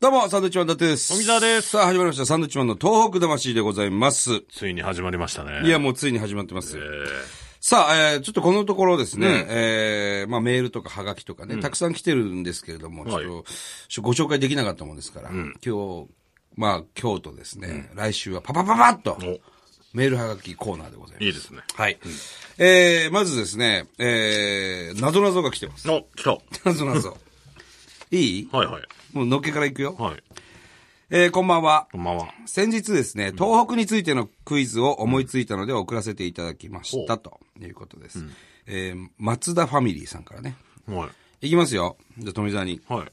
どうも、サンドウィッチマンだってです。富澤ですさあ、始まりました。サンドウィッチマンの東北魂でございます。ついに始まりましたね。いや、もうついに始まってます。えーさあ、えー、ちょっとこのところですね、えー、まあメールとかハガキとかね、たくさん来てるんですけれども、ちょっと、しご紹介できなかったもんですから、今日、まあ京都ですね、来週はパパパパッと、メールハガキコーナーでございます。いいですね。はい。えー、まずですね、えー、謎謎が来てます。お、来た。謎 謎。いいはいはい。もうのっけからいくよ。はい。えー、こんばんは。こんばんは。先日ですね、東北についてのクイズを思いついたので送らせていただきました、ということです。えー、松田ファミリーさんからね。はい。いきますよ。じゃあ、富澤に。はい。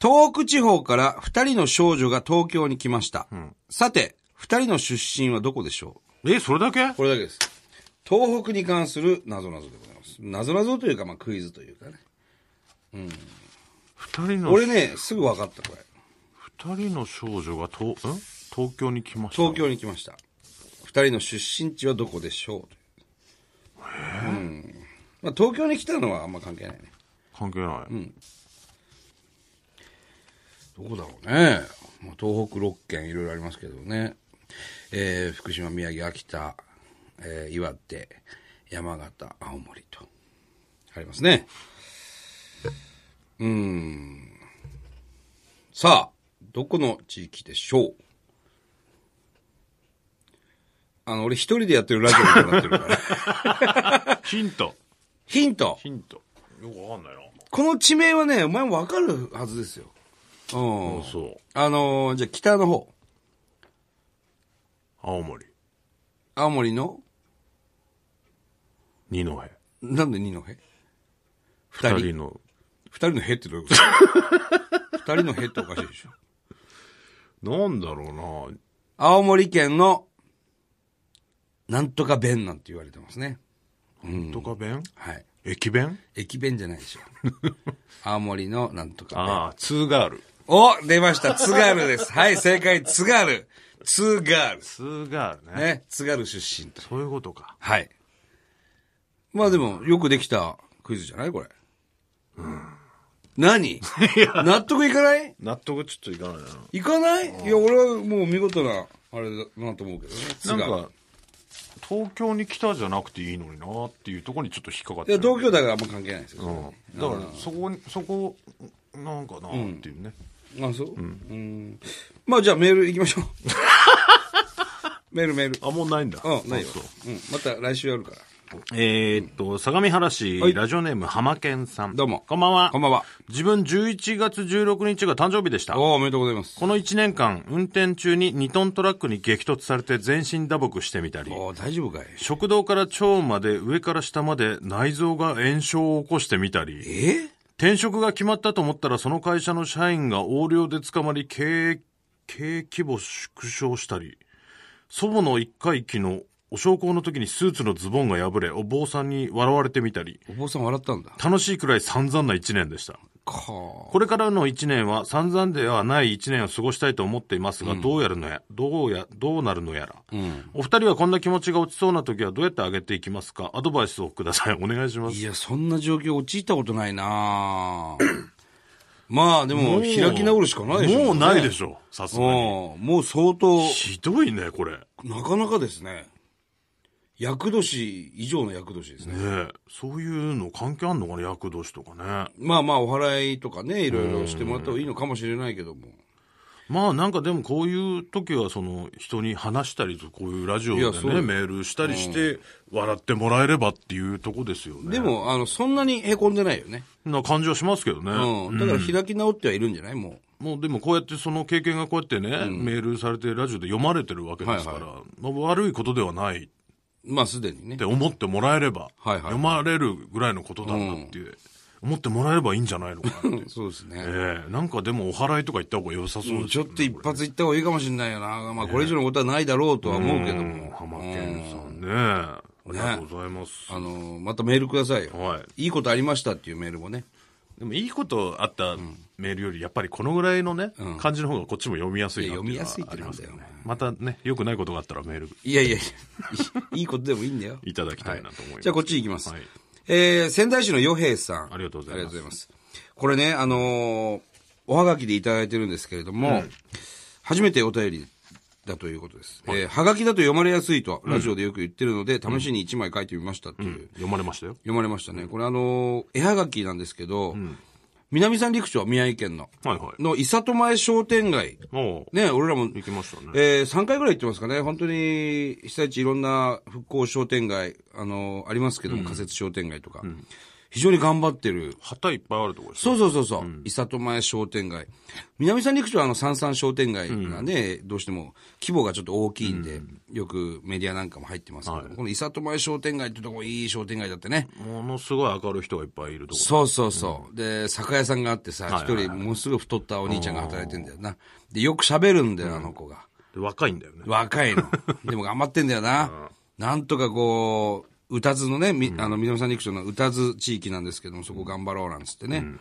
東北地方から二人の少女が東京に来ました。さて、二人の出身はどこでしょえ、それだけうこれだけです。東北に関する謎々でございます。謎々というか、まあ、クイズというかね。二人の、俺ね、すぐ分かった、これ。二人の少女がと、ん東京に来ました。東京に来ました。二人の出身地はどこでしょううんまあ、東京に来たのはあんま関係ないね。関係ない。どこだろうね。まあ、東北6県いろいろありますけどね。えー、福島、宮城、秋田、えー、岩手、山形、青森と。ありますね。うーん。さあ、どこの地域でしょうあの、俺一人でやってるラジオみたいになってるから。ヒント。ヒント。ヒント。よくわかんないな。この地名はね、お前もわかるはずですよ。うん。そう。あのーじゃあ北の方。青森。青森の二戸。なんで二の辺二二人。人の。二人のへってどういうこと二人のへっておかしいでしょ。なんだろうな。青森県の、なんとか弁なんて言われてますね。なんとか弁はい。駅弁駅弁じゃないでしょ。青森のなんとかああ、ツーガール。弁。お出ました津軽です。はい、正解、津軽。津軽。ツーガールね。ね、津軽出身と。そういうことか。はい。まあでも、よくできたクイズじゃないこれ。うん。何納得いかない納得ちょっといかないな。いかないいや、俺はもう見事な、あれだなと思うけどね。なん津軽か、東京に来たじゃなくていいのになっていうところにちょっと引っかかっいてや、東京だからあんま関係ないですよ。うん、だからそこにそこなんかなっていうね、あ、そううん。まあじゃあメール行きましょう。 メールメール。あもうないんだうん、ないよそう。うん。また来週やるから。えーっと相模原市、はいラジオネーム浜健さんどうもこんばんはこんばんは自分11月16日が誕生日でしたおーおめでとうございます。この1年間運転中に2トントラックに激突されて全身打撲してみたりおー大丈夫かい食道から腸まで上から下まで内臓が炎症を起こしてみたりえ転職が決まったと思ったらその会社の社員が横領で捕まり経営、経営規模縮小したり、祖母の一回忌のお焼香の時にスーツのズボンが破れ、お坊さんに笑われてみたり、お坊さん笑ったんだ。楽しいくらい散々な一年でした。かこれからの一年は散々ではない一年を過ごしたいと思っていますが、どうやるのや、どうや、どうなるのやら。お二人はこんな気持ちが落ちそうな時はどうやって上げていきますかアドバイスをください。お願いしますい。や、そんな状況陥ったことないなまあ、でも、開き直るしかないでしょ、もうないでょ。しょ。さすがに。うん。もう相当、ひどいね、これ。ねなかなかですね。厄年以上の厄年ですね。え。そういうの関係あんのかな、厄年とかね。まあまあ、お祓いとかね、いろいろしてもらった方がいいのかもしれないけども。まあなんかでもこういう時は、その、人に話したりと、こういうラジオいやでそうね、メールしたりして、笑ってもらえればっていうとこですよね。で、も、あの、そんなに凹んでないよね。な感じはしますけどね。うん。だから開き直ってはいるんじゃないももうでもこうやってその経験がこうやってね、メールされてラジオで読まれてるわけですから、はまあ悪いことではないっう。まあ、すでにねて。思ってもらえれば、はいはい読まれるぐらいのことだなっていう、思ってもらえればいいんじゃないのかなっていうそうですね。ええなんかでもお祓いとか行った方が良さそうですちょよっね、と一発いった方がいいかもしれないよな。まあ、これ以上のことはないだろうとは思うけどうんも。浜県さんね。ありがとうございます。あの、またメールくださいよ。。はいいことありましたっていうメールもね。でもいいことあったメールより、やっぱりこのぐらいのね、感じの方がこっちも読みやすいなってうのはいや読みやすいってなんだよありますね。またね、良くないことがあったらメールいやいやいや、いいことでもいいんだよ。いただきたいなと思います。じゃあこっち行きます。はいえー、仙台市の与平さん。ありがとうございますありがとうございます。これね、あのーおはがきでいただいてるんですけれども、初めてお便りだということです。えーはがきだと読まれやすいと、ラジオでよく言ってるので、試しに1枚書いてみましたっていう。読まれましたよ。読まれましたね。これあのー絵はがきなんですけど、南三陸町、宮城県の、はいはい。の伊里前商店街。もう、ね、俺らも、行きましたね。えー、3回ぐらい行ってますかね。本当に、被災地いろんな復興商店街、あのーありますけども、仮設商店街とか、非常に頑張ってる。旗いっぱいあるとこですね。そうそうそうそう。伊里前商店街。南三陸町はあの三三商店街がね、どうしても規模がちょっと大きいんで、よくメディアなんかも入ってますけど、この伊里前商店街ってとこいい商店街だってね。ものすごい明るい人がいっぱいいるとこそうそうそう。で、酒屋さんがあってさ、はい一人ものすごい太ったお兄ちゃんが働いてんだよな。で、よく喋るんだよ、あの子が。で若いんだよね。若い の。でも頑張ってんだよな。なんとかこう、歌津のね、み、あの、南三陸町の歌津地域なんですけども、そこ頑張ろうなんつってね。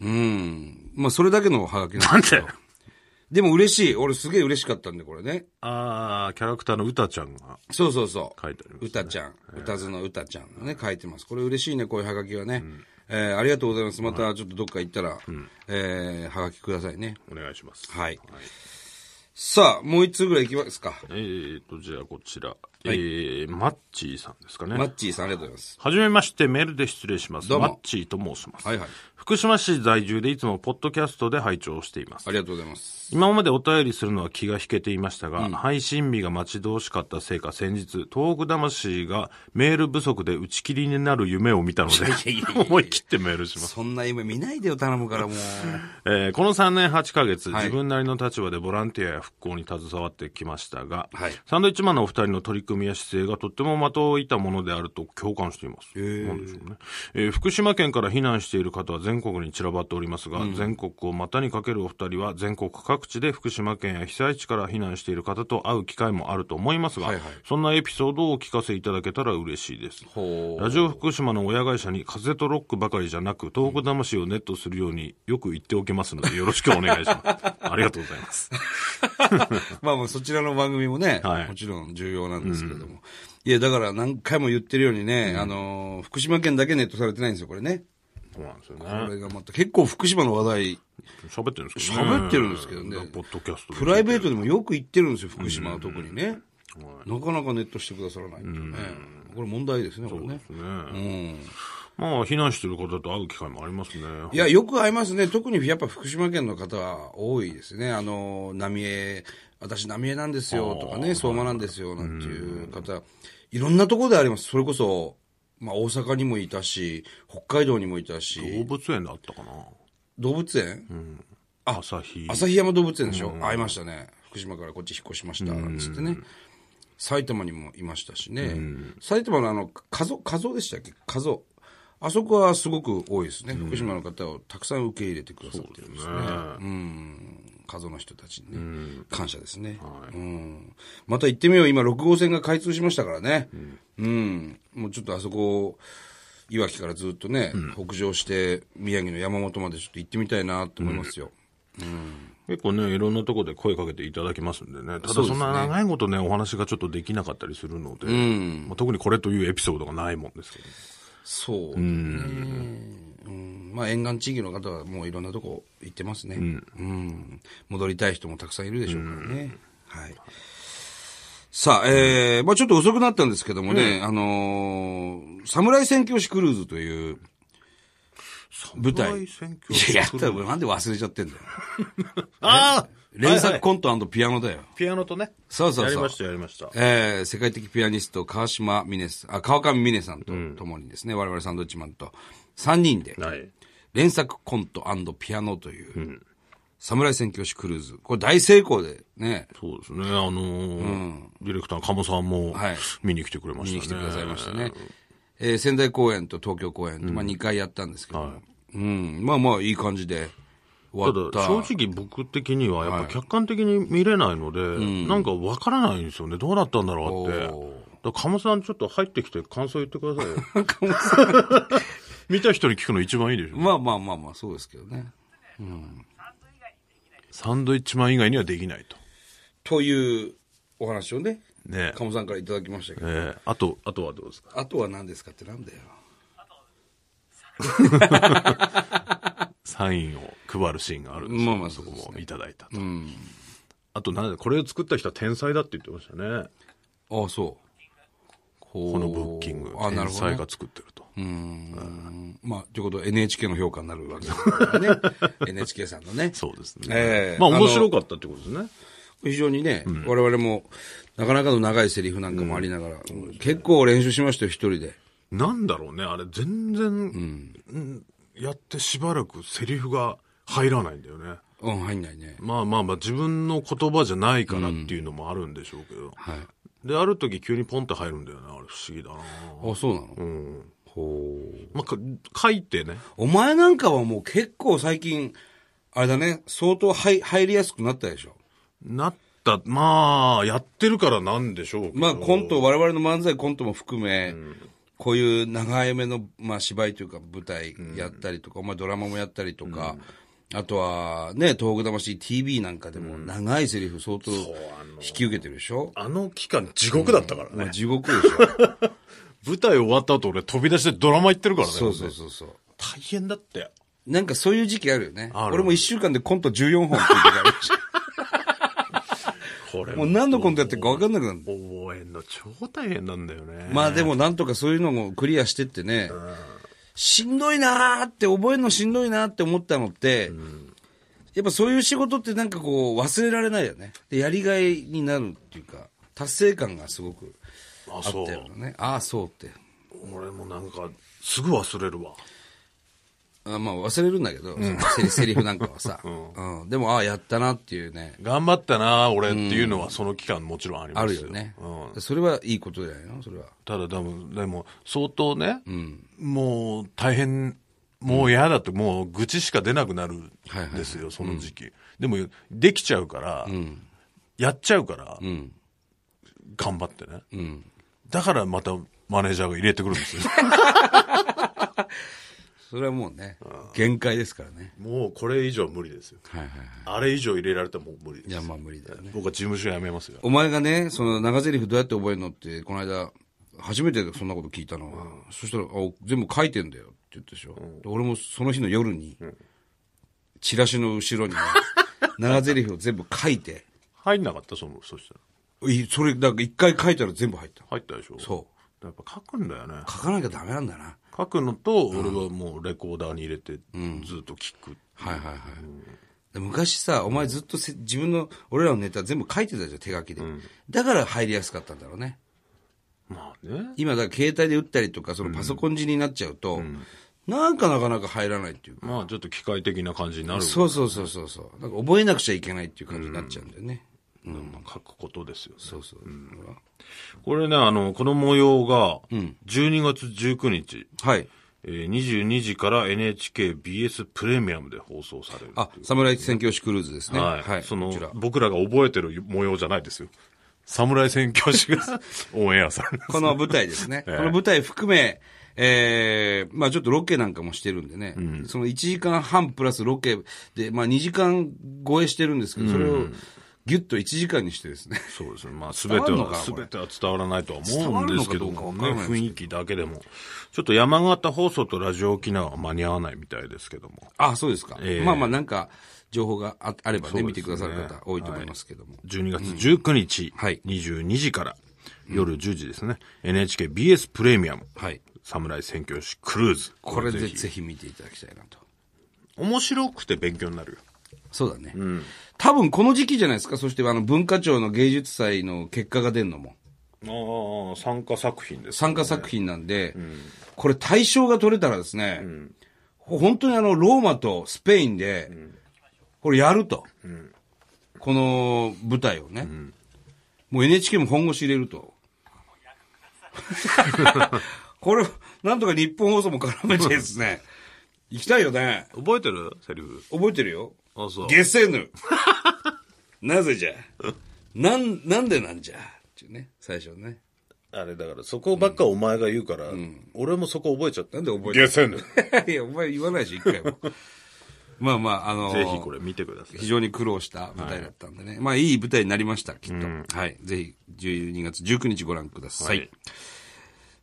うん。まあ、それだけのハガキなんですけどなんででも嬉しい。俺すげえ嬉しかったんで、これね。ああ、キャラクターの歌ちゃんがそうそうそう。書いてありますね歌ちゃん、歌津の歌ちゃんね、書いてます。これ嬉しいね、こういうハガキはね。えーありがとうございます。またちょっとどっか行ったら、えー、はがきくださいね。お願いします。はい。さあ、もう一通ぐらい行きますか。えーと、じゃあこちら。えー、マッチーさんですかね。マッチーさん、ありがとうございます。はじめまして、メールで失礼します。どうもマッチーと申します。はいはい。福島市在住でいつもポッドキャストで拝聴していますあ。りがとうございます。今までお便りするのは気が引けていましたが、配信日が待ち遠しかったせいか先日、東北魂がメール不足で打ち切りになる夢を見たのでいやいやいや、思い切ってメールします。そんな夢見ないでよ、頼むからもう。えーこの3年8ヶ月、はい自分なりの立場でボランティアや復興に携わってきましたが、はいサンドイッチマンのお二人の取り組みや姿勢がとっても的をいたものであると共感しています。なんでしょうね、えー福島県から避難している方は全国に散らばっておりますが、全国を股にかけるお二人は全国各地で福島県や被災地から避難している方と会う機会もあると思いますが、はいはいそんなエピソードをお聞かせいただけたら嬉しいです。ほラジオ福島の親会社に風とロックばかりじゃなく、東北魂をネットするようによく言っておきますので、よろしくお願い します。ありがとうございます。まあまあ、そちらの番組もね、はいもちろん重要なんですけれども。いや、だから何回も言ってるようにね、あのー、福島県だけネットされてないんですよ、これね。そうなんですよこね。れがまた、結構福島の話題、喋ってるんですけどね。喋ってるんですけどねポッドキャストで。プライベベートでもよく行ってるんですよ、福島は特にね。なかなかネットしてくださらないとね。これ問題ですね、これね。ね。うん。まあ、避難してる方と会う機会もありますね。いや、よく会いますね。特にやっぱ福島県の方は多いですね。あの、浪江、私浪江なんですよとかね、相馬なんですよなんていう方、いろんなところであります。それこそ、まあ大阪にもいたし、北海道にもいた動し、物園であったかな動物園、朝日。旭山動物園でしょ、会いましたね。福島からこっち引っ越しました、なんつってね。埼玉にもいましたしね。埼玉のあの、加須、加須でしたっけ加須。あそこはすごく多いですね。福島の方をたくさん受け入れてくださってるんですね。うん。加須の人たちにね。感謝ですね、うん。また行ってみよう。今、6号線が開通しましたからね。うん。もうちょっとあそこ、いわきからずっとね、北上して、宮城の山本までちょっと行ってみたいなと思いますよ。結構ね、いろんなとこで声かけていただきますんでね。ただ、そうですそねんな長いことね、お話がちょっとできなかったりするので、まあ、特にこれというエピソードがないもんですけど、そうですね。うんまあ、沿岸地域の方はもういろんなとこ行ってますね。うん。戻りたい人もたくさんいるでしょうからね。はい。さあ、えー、まあちょっと遅くなったんですけどもね、あのー、侍宣教師クルーズという、舞台侍選挙いや、やったらなんで忘れちゃって んだよ。ああ連作コントピアノだよ。ピアノとね。そうそうそうやりました、やりました。えー世界的ピアニスト、川島ミネス、あ、川上ミネさんと共にですね、我々サンドウィッチマンと3人で、はい。連作コントピアノという、侍宣教師クルーズ。これ大成功でね、そうですね。あのーディレクター、鴨さんもはい見に来てくれましたね。見に来てくださいましたね。えー仙台公演と東京公演と、まあ2回やったんですけど、うん、まあまあいい感じでた終わった。だ、正直僕的には、やっぱ客観的に見れないので、なんかわからないんですよね。どうだったんだろうって。だおーから鴨さん、ちょっと入ってきて感想言ってくださいよ。 見た人に聞くの一番いいでしょ。まあまあまあまあ、そうですけどね。サンドイッチマン以外にはできないと。というお話をね、ねえ鴨さんからいただきましたけど、えーあと、あとはどうですかあとは何ですかってなんだよ。サインを配るシーンがあるんですよまあまあそこそうですもいただいたと。うん。あと、なんだ、これを作った人は天才だって言ってましたね。ああ、そう。ここのブッキング、あ、な天るほど、才ね。が作ってると。うーん。まあ、ということは NHK の評価になるわけです からね。NHK さんのね。そうですね。ええまあ、面白かったってことですね。非常にね、我々も、なかなかの長いセリフなんかもありながら、結構練習しましたよ、一人で。なんだろうね、あれ、全然、うんやってしばらくセリフが入らないんだよね。うん、入んないね。まあまあまあ、自分の言葉じゃないからっていうのもあるんでしょうけど。はい。で、ある時急にポンって入るんだよね。あれ不思議だなあ、そうなの、うん。ほう。まあか、書いてね。お前なんかはもう結構最近、あれだね、相当入入りやすくなったでしょ。なった、まあ、やってるからなんでしょうけど。まあコント、我々の漫才コントも含め、こういう長い目の、まあ、芝居というか舞台やったりとか、お前ドラマもやったりとか、あとはね、東北魂 TV なんかでも長いセリフ相当引き受けてるでしょ、あの期間地獄だったからね。まあ、地獄でしょ舞台終わった後俺飛び出してドラマ行ってるからね。そうそう俺ねそうそう。大変だって。なんかそういう時期あるよね。ある俺も一週間でコント14本っていう時あるしこれもう何のコントやってるか分かんなくなる。覚えんの超大変なんだよね。まあでもなんとかそういうのもクリアしてってね、しんどいなーって、覚えるのしんどいなーって思ったのって、やっぱそういう仕事ってなんかこう忘れられないよね。で、やりがいになるっていうか、達成感がすごくああ、ったそう。よね。ああ、そうって。俺もなんか、すぐ忘れるわ。あまあ忘れるんだけど、そのセリ セリフなんかはさ。うんでも、ああ、やったなっていうね、頑張ったな俺っていうのはその期間もちろんありあまするよ。よねうん。それはいいことじゃないのそれは。ただ多分、でも、相当ね、もう大変、もう嫌だって、もう愚痴しか出なくなるんはいはいですよ、その時期。でも、できちゃうから、やっちゃうから、うん。頑張ってね。うん。だからまたマネージャーが入れてくる んですよ。それはもうね、限界ですからね。もうこれ以上は無理ですよ。はいはいはい。あれ以上入れられたらもう無理です。いや、まあ無理だよね。僕は事務所辞めますよ。お前がね、その長ゼリフどうやって覚えるのって、この間、初めてそんなこと聞いたのは、そしたら、あ、全部書いてんだよって言ったでしょ。で俺もその日の夜に、チラシの後ろにね、長ゼリフを全部書いて、入んなかったその、そしたら。いそれ、だから一回書いたら全部入った。入ったでしょ。そうやっぱ書くんだよね。書かなきゃダメなんだな。書くのと、俺はもうレコーダーに入れて、ずっと聞く。はいはいはい。で昔さ、お前ずっとせ自分の、俺らのネタ全部書いてたじゃん、手書きで。だから入りやすかったんだろうね。まあね。今、だから携帯で打ったりとか、そのパソコン字になっちゃうと、なんかなかなか入らないっていうかまあちょっと機械的な感じになる。そうそうそうそうそう。なんか覚えなくちゃいけないっていう感じになっちゃうんだよね。まあ書くことですよ、ね。そうそう。ほらこれね、あの、この模様が、12月19日、はい。えー22時から NHKBS プレミアムで放送される。あ、侍宣教師クルーズですね。は。はいい。そのこちら、。僕らが覚えてる模様じゃないですよ。侍宣教師 がオンエアされる。この舞台です ね。こええの舞台含め、ええまあちょっとロケなんかもしてるんでね。その1時間半プラスロケで、まあ2時間超えしてるんですけど、それをギュッと1時間にしてですね。そうですね。まあ、すべて伝わるのは、かなすこれべては伝わらないとは思うんですけど伝わるのかどうもかわねからないですけど雰囲気だけでも。ちょっと山形放送とラジオ沖縄は間に合わないみたいですけども。あ、そうですか。ええまあまあなんか、情報がああればそね、うですね見てくださる方多いと思いますけども。 12月19日、はい22時から、夜10時ですね、NHKBS プレミアム、はい。侍宣教師クルーズ。これでぜひ見ていただきたいなと。面白くて勉強になるよ。そうだね。多分この時期じゃないですか。そしてあの文化庁の芸術祭の結果が出るのも。ああ、参加作品です。参加作品なんで、これ大賞が取れたらですね、ほ本当にあのローマとスペインで、これやると。この舞台をね。もう NHK も本腰入れると。これ、なんとか日本放送も絡めてですね。行きたいよね。覚えてるセリフ。覚えてるよ。あそう。下せぬ。なぜじゃ。なん、なんでなんじゃ。っていうね、最初ね。あれだから、そこばっかお前が言うから、俺もそこ覚えちゃった。なんで覚えゲセヌ。ぜて いや、お前言わないし、一回も。 まあまあ、あのひこれ見てください非。常に苦労した舞台だったんでね。まあ、いい舞台になりました、きっと。はい。ぜひ、12月19日ご覧ください。はい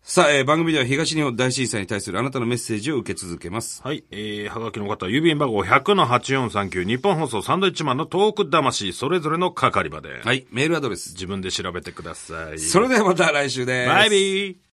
さあ、えー番組では東日本大震災に対するあなたのメッセージを受け続けます。はい、えー、はがきの方、郵便番号100-8439、日本放送サンドイッチマンのトーク魂、それぞれの係まで。はい、メールアドレス。自分で調べてください。それではまた来週です。バイビー